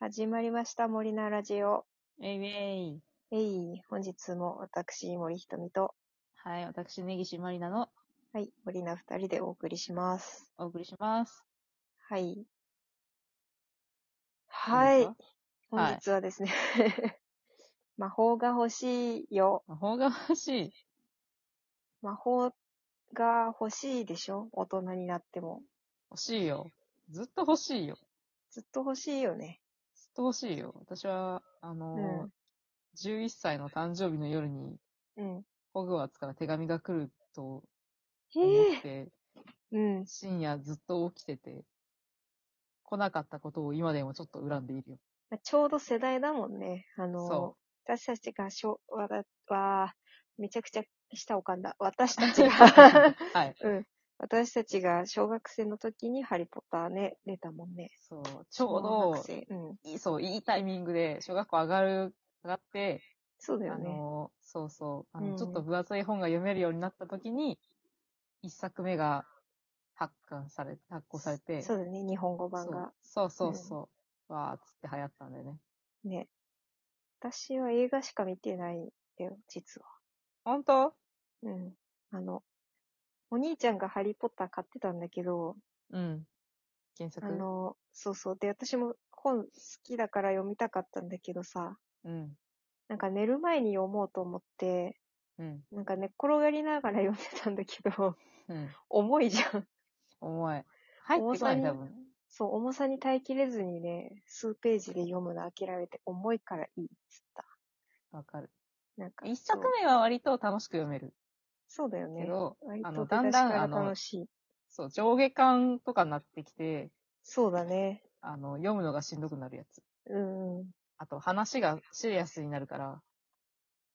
始まりました、森菜ラジオ。えいえい。えい、本日も私、森ひとみと、はい、私、根岸まりなのはい、森菜二人でお送りします。お送りします。はい。はい何で。本日はですね、 魔法が欲しいよ。魔法が欲しい。魔法が欲しいでしょ大人になっても。欲しいよ。ずっと欲しいよ。ずっと欲しいよね。ずっと欲しいよ。私は、あのーうん11歳の誕生日の夜に、うん。ホグワーツから手紙が来るとへ思っえ。て、うん。深夜ずっと起きてて、来なかったことを今でもちょっと恨んで いるよ。まあちょうど世代だもんね。あのそ、私たちが昭和だ、わーめちゃくちゃしたおかんだ。私たち が、はい。うん。私たちが小学生の時にハリポッターね、出たもんね。そう、ちょう小ど学、生。うん。いいそう、いいタイミングで、小学校上がる、上がって、そうだよあね。の、そうそう。あの、うんちょっと分厚い本が読めるようになった時に、一作目が発刊され、発行されて、そうだね、日本語版が。そうそうそうそう、わーっつって流行ったんだよね。ね。私は映画しか見てないんだよ、実は。本当うん。あの、お兄ちゃんがハリーポッター買ってたんだけど、うん。原あ作の、そうそう。で、私も本好きだから読みたかったんだけどさ、うん。なんか寝る前に読もうと思って、うん。なんか寝っ転がりながら読んでたんだけど、 うん。重いじゃん。重い。入ってこない、多分。そう、重さに耐えきれずにね、数ページで読むの諦めて、重いからいいっつった。わかる。なんか、一作そう目は割と楽しく読めるそうだよけね。ど、割あとの、出だんだしだかん、らあの楽、しい。そう、上下巻とかになってきて、そうだね。あの、読むのがしんどくなるやつ。うん。うんあと、話がシリアスになるから、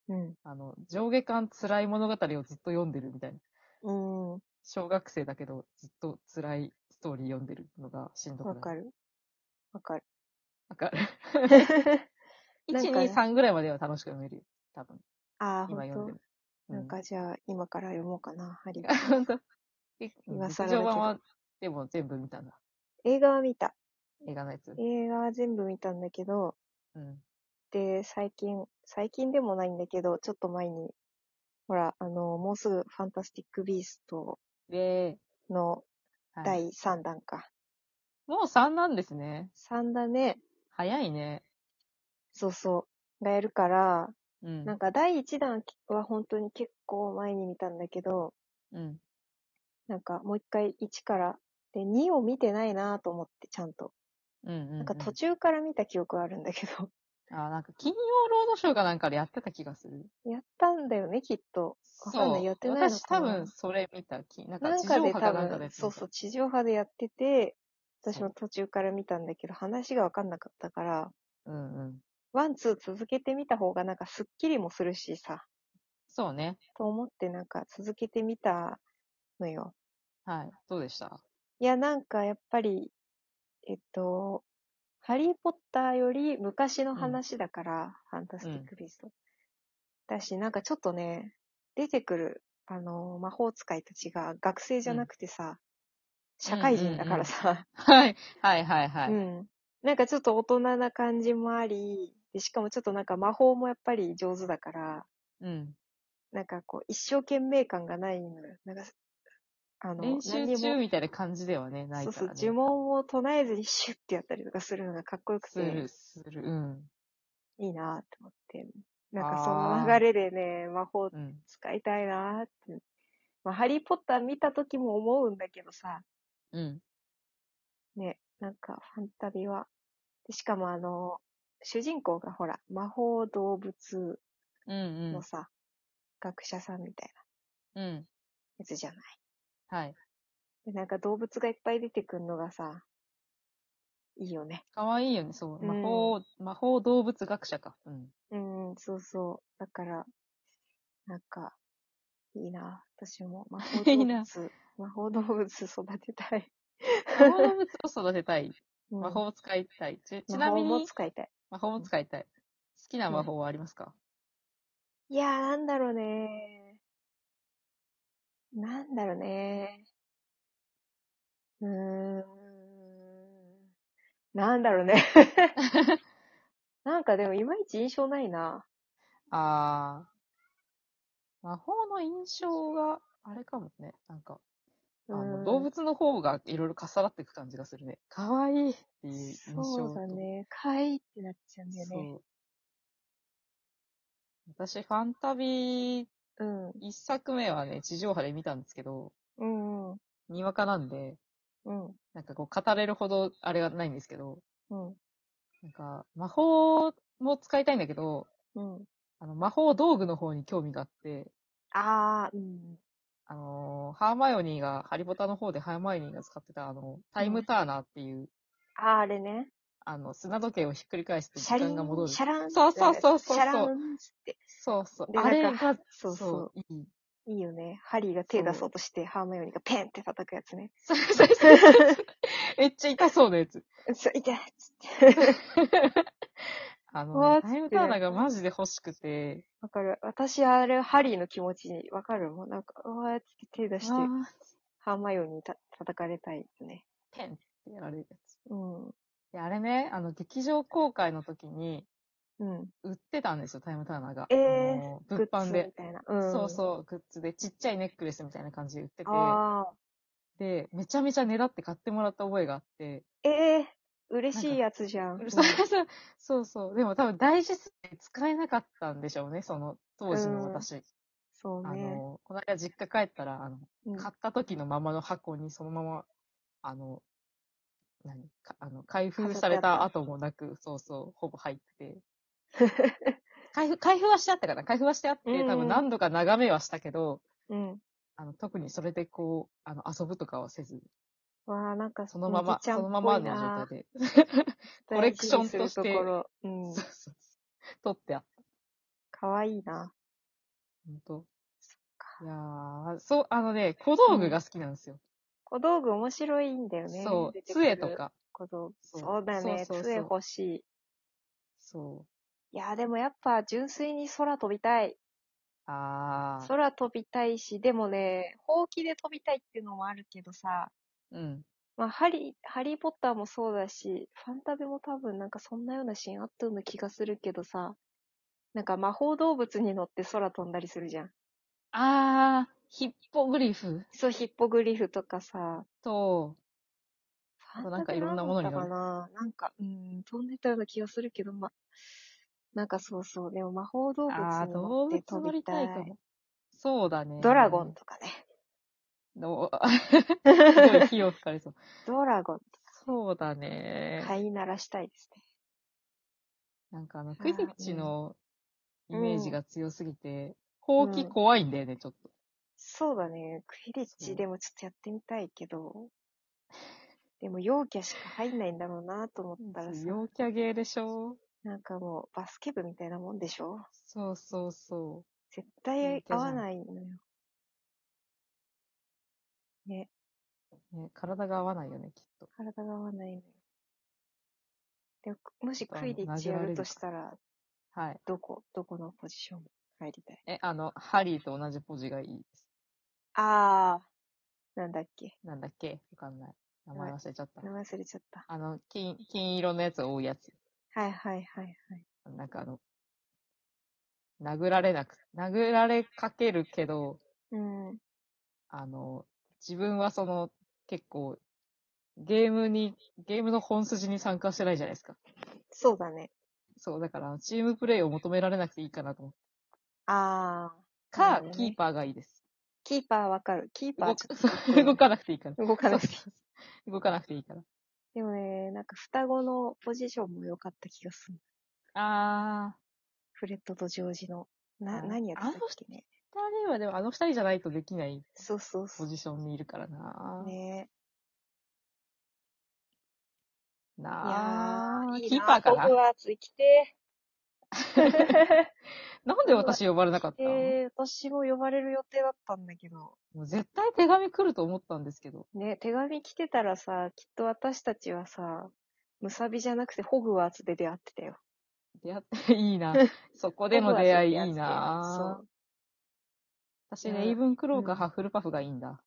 うん。あの、上下巻辛い物語をずっと読んでるみたいな。うん。小学生だけど、ずっと辛いストーリー読んでるのがしんどくなわる。かる。わかる。わかる。 なんか1、ね2、3ぐらいまでは楽しく読めるよ。多分。ああ、今本読んでも。当なんか、じゃあ、今から読もうかな、ハリー。うん、本当。 結今更だ構、劇けど場版は、でも全部見たんだ。映画は見た。映画のやつ。映画は全部見たんだけど、うん。で、最近、最近でもないんだけど、ちょっと前に、ほら、あの、もうすぐファンタスティックビーストで、のはい第3弾か。もう3なんですね。 3だね。早いね。そうそう。がやるから、うん。なんか第1弾は本当に結構前に見たんだけど、うん。なんかもう一回1から、で、2を見てないなと思って、ちゃんと。うんうん、うん。なんか途中から見た記憶はあるんだけど。 あ、なんか、金曜ロードショーかなんかでやってた気がする。やったんだよね、きっと。わかんないやってないのかな私多分それ見た気。なんかなん地か上で波多かなんかで分、そうそう、地上波でやってて、私も途中から見たんだけど、話がわかんなかったから、う。うんうん。ワン、ツー続けてみた方がなんかスッキリもするしさ、そうね。と思ってなんか続けてみたのよ。はい。どうでした いや、なんかやっぱり、えっと、ハリーポッターより昔の話だから、ファンタスティックビースト。だし、なんかちょっとね、出てくる、あの、魔法使いたちが学生じゃなくてさ、社会人だからさ、はい。はいはいはい。うん。なんかちょっと大人な感じもあり、でしかもちょっとなんか魔法もやっぱり上手だから、うん。なんかこう、一生懸命感がないのよ。なんか、あの、練習何に中も、みたいな感じではね、ないそうかそうら、、ね。呪文を唱えずにシュッてやったりとかするのがかっこよくする、て、する。うん。いいなって思って。なんかそあのー流れでね、魔法うん。使いたいなって。まあ、ハリーポッター見た時も思うんだけどさ、うん。ね、なんかファンタビは。でしかもあの、主人公がほら、魔法動物うんのさ、学者さんみたいなうん。うん。やつじゃない。はい。でなんか動物がいっぱい出てくるのがさ、いいよね。かわいいよね、そう。う魔ん法、魔法動物学者か。 うん。うん、そうそう。だから、なんか、いいな。私も魔法動いい物な、魔法動物育てたい。 魔法動物を育てたい。うん魔法を使いたい。ちち魔なみ法もに、使いたい。魔法も使いたい。好きな魔法はありますか、いやー、なんだろうねなんだろうねうーん。なんだろうね。 なんかでもいまいち印象ないな。あー。魔法の印象が、あれかもね。なんか、あうのん動物の方がいろいろ重なっていく感じがするね。かわいいっていう印象と。そうだね。かいってなっちゃうんだよね。そう。私、ファンタビーうん。一作目はね、地上波で見たんですけど、うんうん。にわかなんで、うん。なんかこう語れるほどあれがないんですけど、うん。なんか魔法も使いたいんだけど、うん。あの魔法道具の方に興味があって、ああ、うん。あのーハーマイオニーが、ハリポタの方でハーマイオニーが使ってたあの、タイムターナーっていう、ああ、あれね。あの、砂時計をひっくり返して時シャリ間が戻ン、る。シャラン。そうそうそうそうシャランって。そうそう。であれなんかが、そうそう。う、いい。いいよね。ハリーが手出そうとして、ハーマイオニーがペンって叩くやつね。そうそうそうそう。めっちゃ痛そうなやつ。そう、痛いっつって。わあーっつっの、ね、てタイムターナーがマジで欲しくて、 わかる。私、あれ、ハリーの気持ちにわかるもん。なんか、うわーっつって手出して、あーハーマイオニーた叩かれたいですね。ペンってやられるやつ。うん。うで、あれね、あの、劇場公開の時に、ん。売ってたんですよ、タイムターナーが。えーあのグッ物ズ販みで。たいな。うん。そうそう、グッズで、ちっちゃいネックレスみたいな感じで売ってて、ああ。で、めちゃめちゃ値段って買ってもらった覚えがあって、ええ嬉しいやつじゃん。そうそう そうそう、でも多分大事すぎて使えなかったんでしょうね、その当時の私。そうあね。の、この間実家帰ったら、あの、うん買った時のままの箱にそのまま、あの、何かあの開封された後もなく、そうそう、ほぼ入って て。開封、開封はしてあったかな開封はしてあって、うんうん多分何度か眺めはしたけど、うん。あの、特にそれでこう、あの、遊ぶとかはせず、わあ、なんか、そのまま、麦ちゃんそっぽいのままのな状態で、ココレクションとしてところ。うそん う。そうそう取ってあった。かわいいな。本か当いやー、そう、あのね、小道具が好きなんですよ。小道具面白いんだよね。そう出、てくる杖と。か。小道具。そうそうだね。そうそうそう杖欲しい。そう。いやーでもやっぱ純粋に空飛びたい。あー、空飛びたいし、でもね、ほうきで飛びたいっていうのもあるけどさ、うん。まあ、ハリー、ハリーポッターもそうだし、ファンタビも多分なんかそんなようなシーンあったような気がするけどさ、なんか魔法動物に乗って空飛んだりするじゃん。あー、ヒッポグリフそう、ヒッポグリフとかさ、と、ファンタビなんかいろんなものに乗何るだったかななんか、うん、飛んでたような気がするけど、まあ、なんかそうそう、でも魔法動物ああー、に乗動って物飛乗びりたたい。いかも。そうだね。ドラゴンとかね。の。 すごい火を吹かれそう。 ドラゴン、そうだね。飼い鳴らしたいですね。なんかあの、クイズッチのイメージが強すぎて、ほうんうき怖いんだよね、ちょっと。そうだね。クィリッそチうでもちょっとやってみたいけど、でも陽キャしか入んないんだろうなと思ったらさ、陽キャゲーでしょなんかもうバスケ部みたいなもんでしょそうそうそ絶陽対キ合ャじゃんわないのよ。ね、う。ね、体が合わないよね、きっと。体が合わないのよ。でももしちょっとあクのイリッチや投げられるるとかしたら、はい。どこ、どこのポジション入りたいえ、あの、ハリーと同じポジがいいです。あー、なんだっけ。なんだっけわかんない。名前忘れちゃった名。前忘れちゃった。あの、金、金色のやつ多いやつ。はいはいはいはい。なんかあの、殴られなく、殴られかけるけど、うん。あの、自分はその、結構、ゲームに、ゲームの本筋に参加してないじゃないですか。そうだね。そう、だから、チームプレイを求められなくていいかなと思って。あー。なか、るほどねキーパーがいいです。キーパーわかる。キーパー動ちかょっと動かなくていいから。動 かなくて。そうそう動かなくていいから。でもね、なんか双子のポジションも良かった気がする。あフレットとジョージの。な、あ何やってたっけね。ー、二人はでもあの二人じゃないとできないそうそうそポう。ジションにいるからな。ねいなやあー、いいキーパーかなホグ。ワーツ行きて なんで私呼ばれなかったー。えー、私も呼ばれる予定だったんだけど。もう絶対手紙来ると思ったんですけど。ね、手紙来てたらさ、きっと私たちはさ、ムサビじゃなくてホグワーツで出会ってたよ。出会って、いい な。そこでの出会いいいな。そう。私いやね、イーブンクローうかんハッフルパフがいいんだ。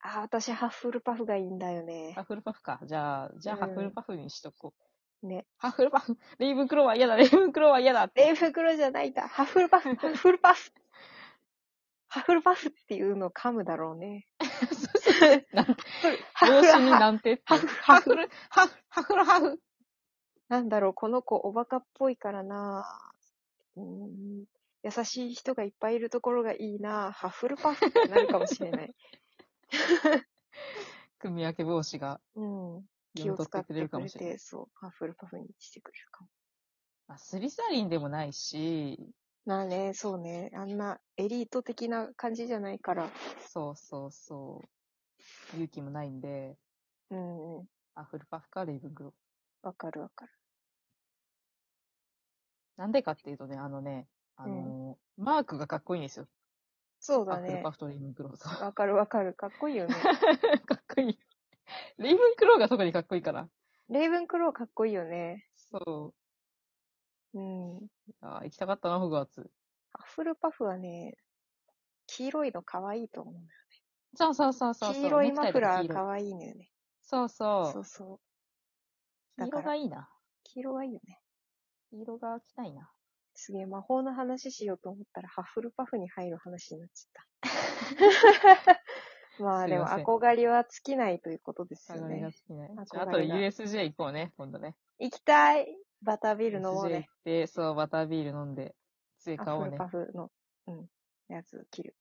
あー、私ハッフルパフがいいんだよねハ。ッフルパフか。じゃあ、じゃあうんハッフルパフにしとこね。ハッフルパフ、レイブンクローは嫌だ、レイブンクローは嫌だって。レイブクロじゃないんだ。ハッフルパ フ、ハッフルパフ。ハッフルパフっていうのを噛むだろう ね。なハッ帽フル子にハなんてって。ハハフッフル、ハッフ、ハッフルハフ。なんだろう、この子おバカっぽいからな。うーん優しい人がいっぱいいるところがいいな。ハッフルパフってなるかもしれない。組み分け帽子がうん。気読をみ取っ使てっくれてるくかもれしれない。て、そう、ハッフルパフにしてくれるかも。まあ、スリサリンでもないし、まあね、そうね。あんなエリート的な感じじゃないから。そうそうそう。勇気もないんで、うんうん。あ、フルパフかレイブンクロー。わかるわかる。なんでかっていうとね、あのね、あのーマークがかっこいいんですよ。そうアだップルねパ。フとレイブンクロー。そうわかるわかる。かっこいいよ ね。かっこいい。 レイブンクローが特にかっこいいから。レイブンクローかっこいいよね。そうん。う。あー行きたかったな、ホグワーツ。ハッフルパフはね、黄色いの可愛いと思う。そうそうそうそうそう。黄色いネクタマイとフかラ黄ー色い可愛いのよね。そうそそうう。そう。黄だ色からがいいな。黄色がいいよね。黄色が着たいな。すげえ、魔法の話しようと思ったら、ハッフルパフに入る話になっちゃっ た。まあすいでも、ません憧れは尽きないということですよ鏡がね好。きね憧。じゃあ、あれとがで USJ 行こうね、今度ね。行きたいバタービール飲もう USJ 行っね。て、そう、バタービール飲んで、杖ハ買ッおフうルねパ。フの、うん、やつ切る。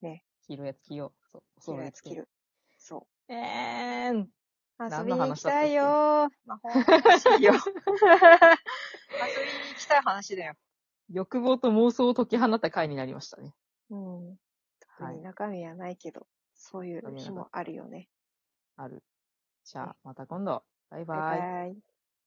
黄色いやつ着よう。そう、お切そるうやでつ切。る。そえーん。う。遊何びのに行き話だったたっけいよ ー。魔法の話よ。 遊びに行きたい話だよ。欲望と妄想を解き放った回になりましたね。うん。特はいに。中身はないけど、そういう日もあるよね。ある。じゃあ、また今度。バイバイバイ。バイ。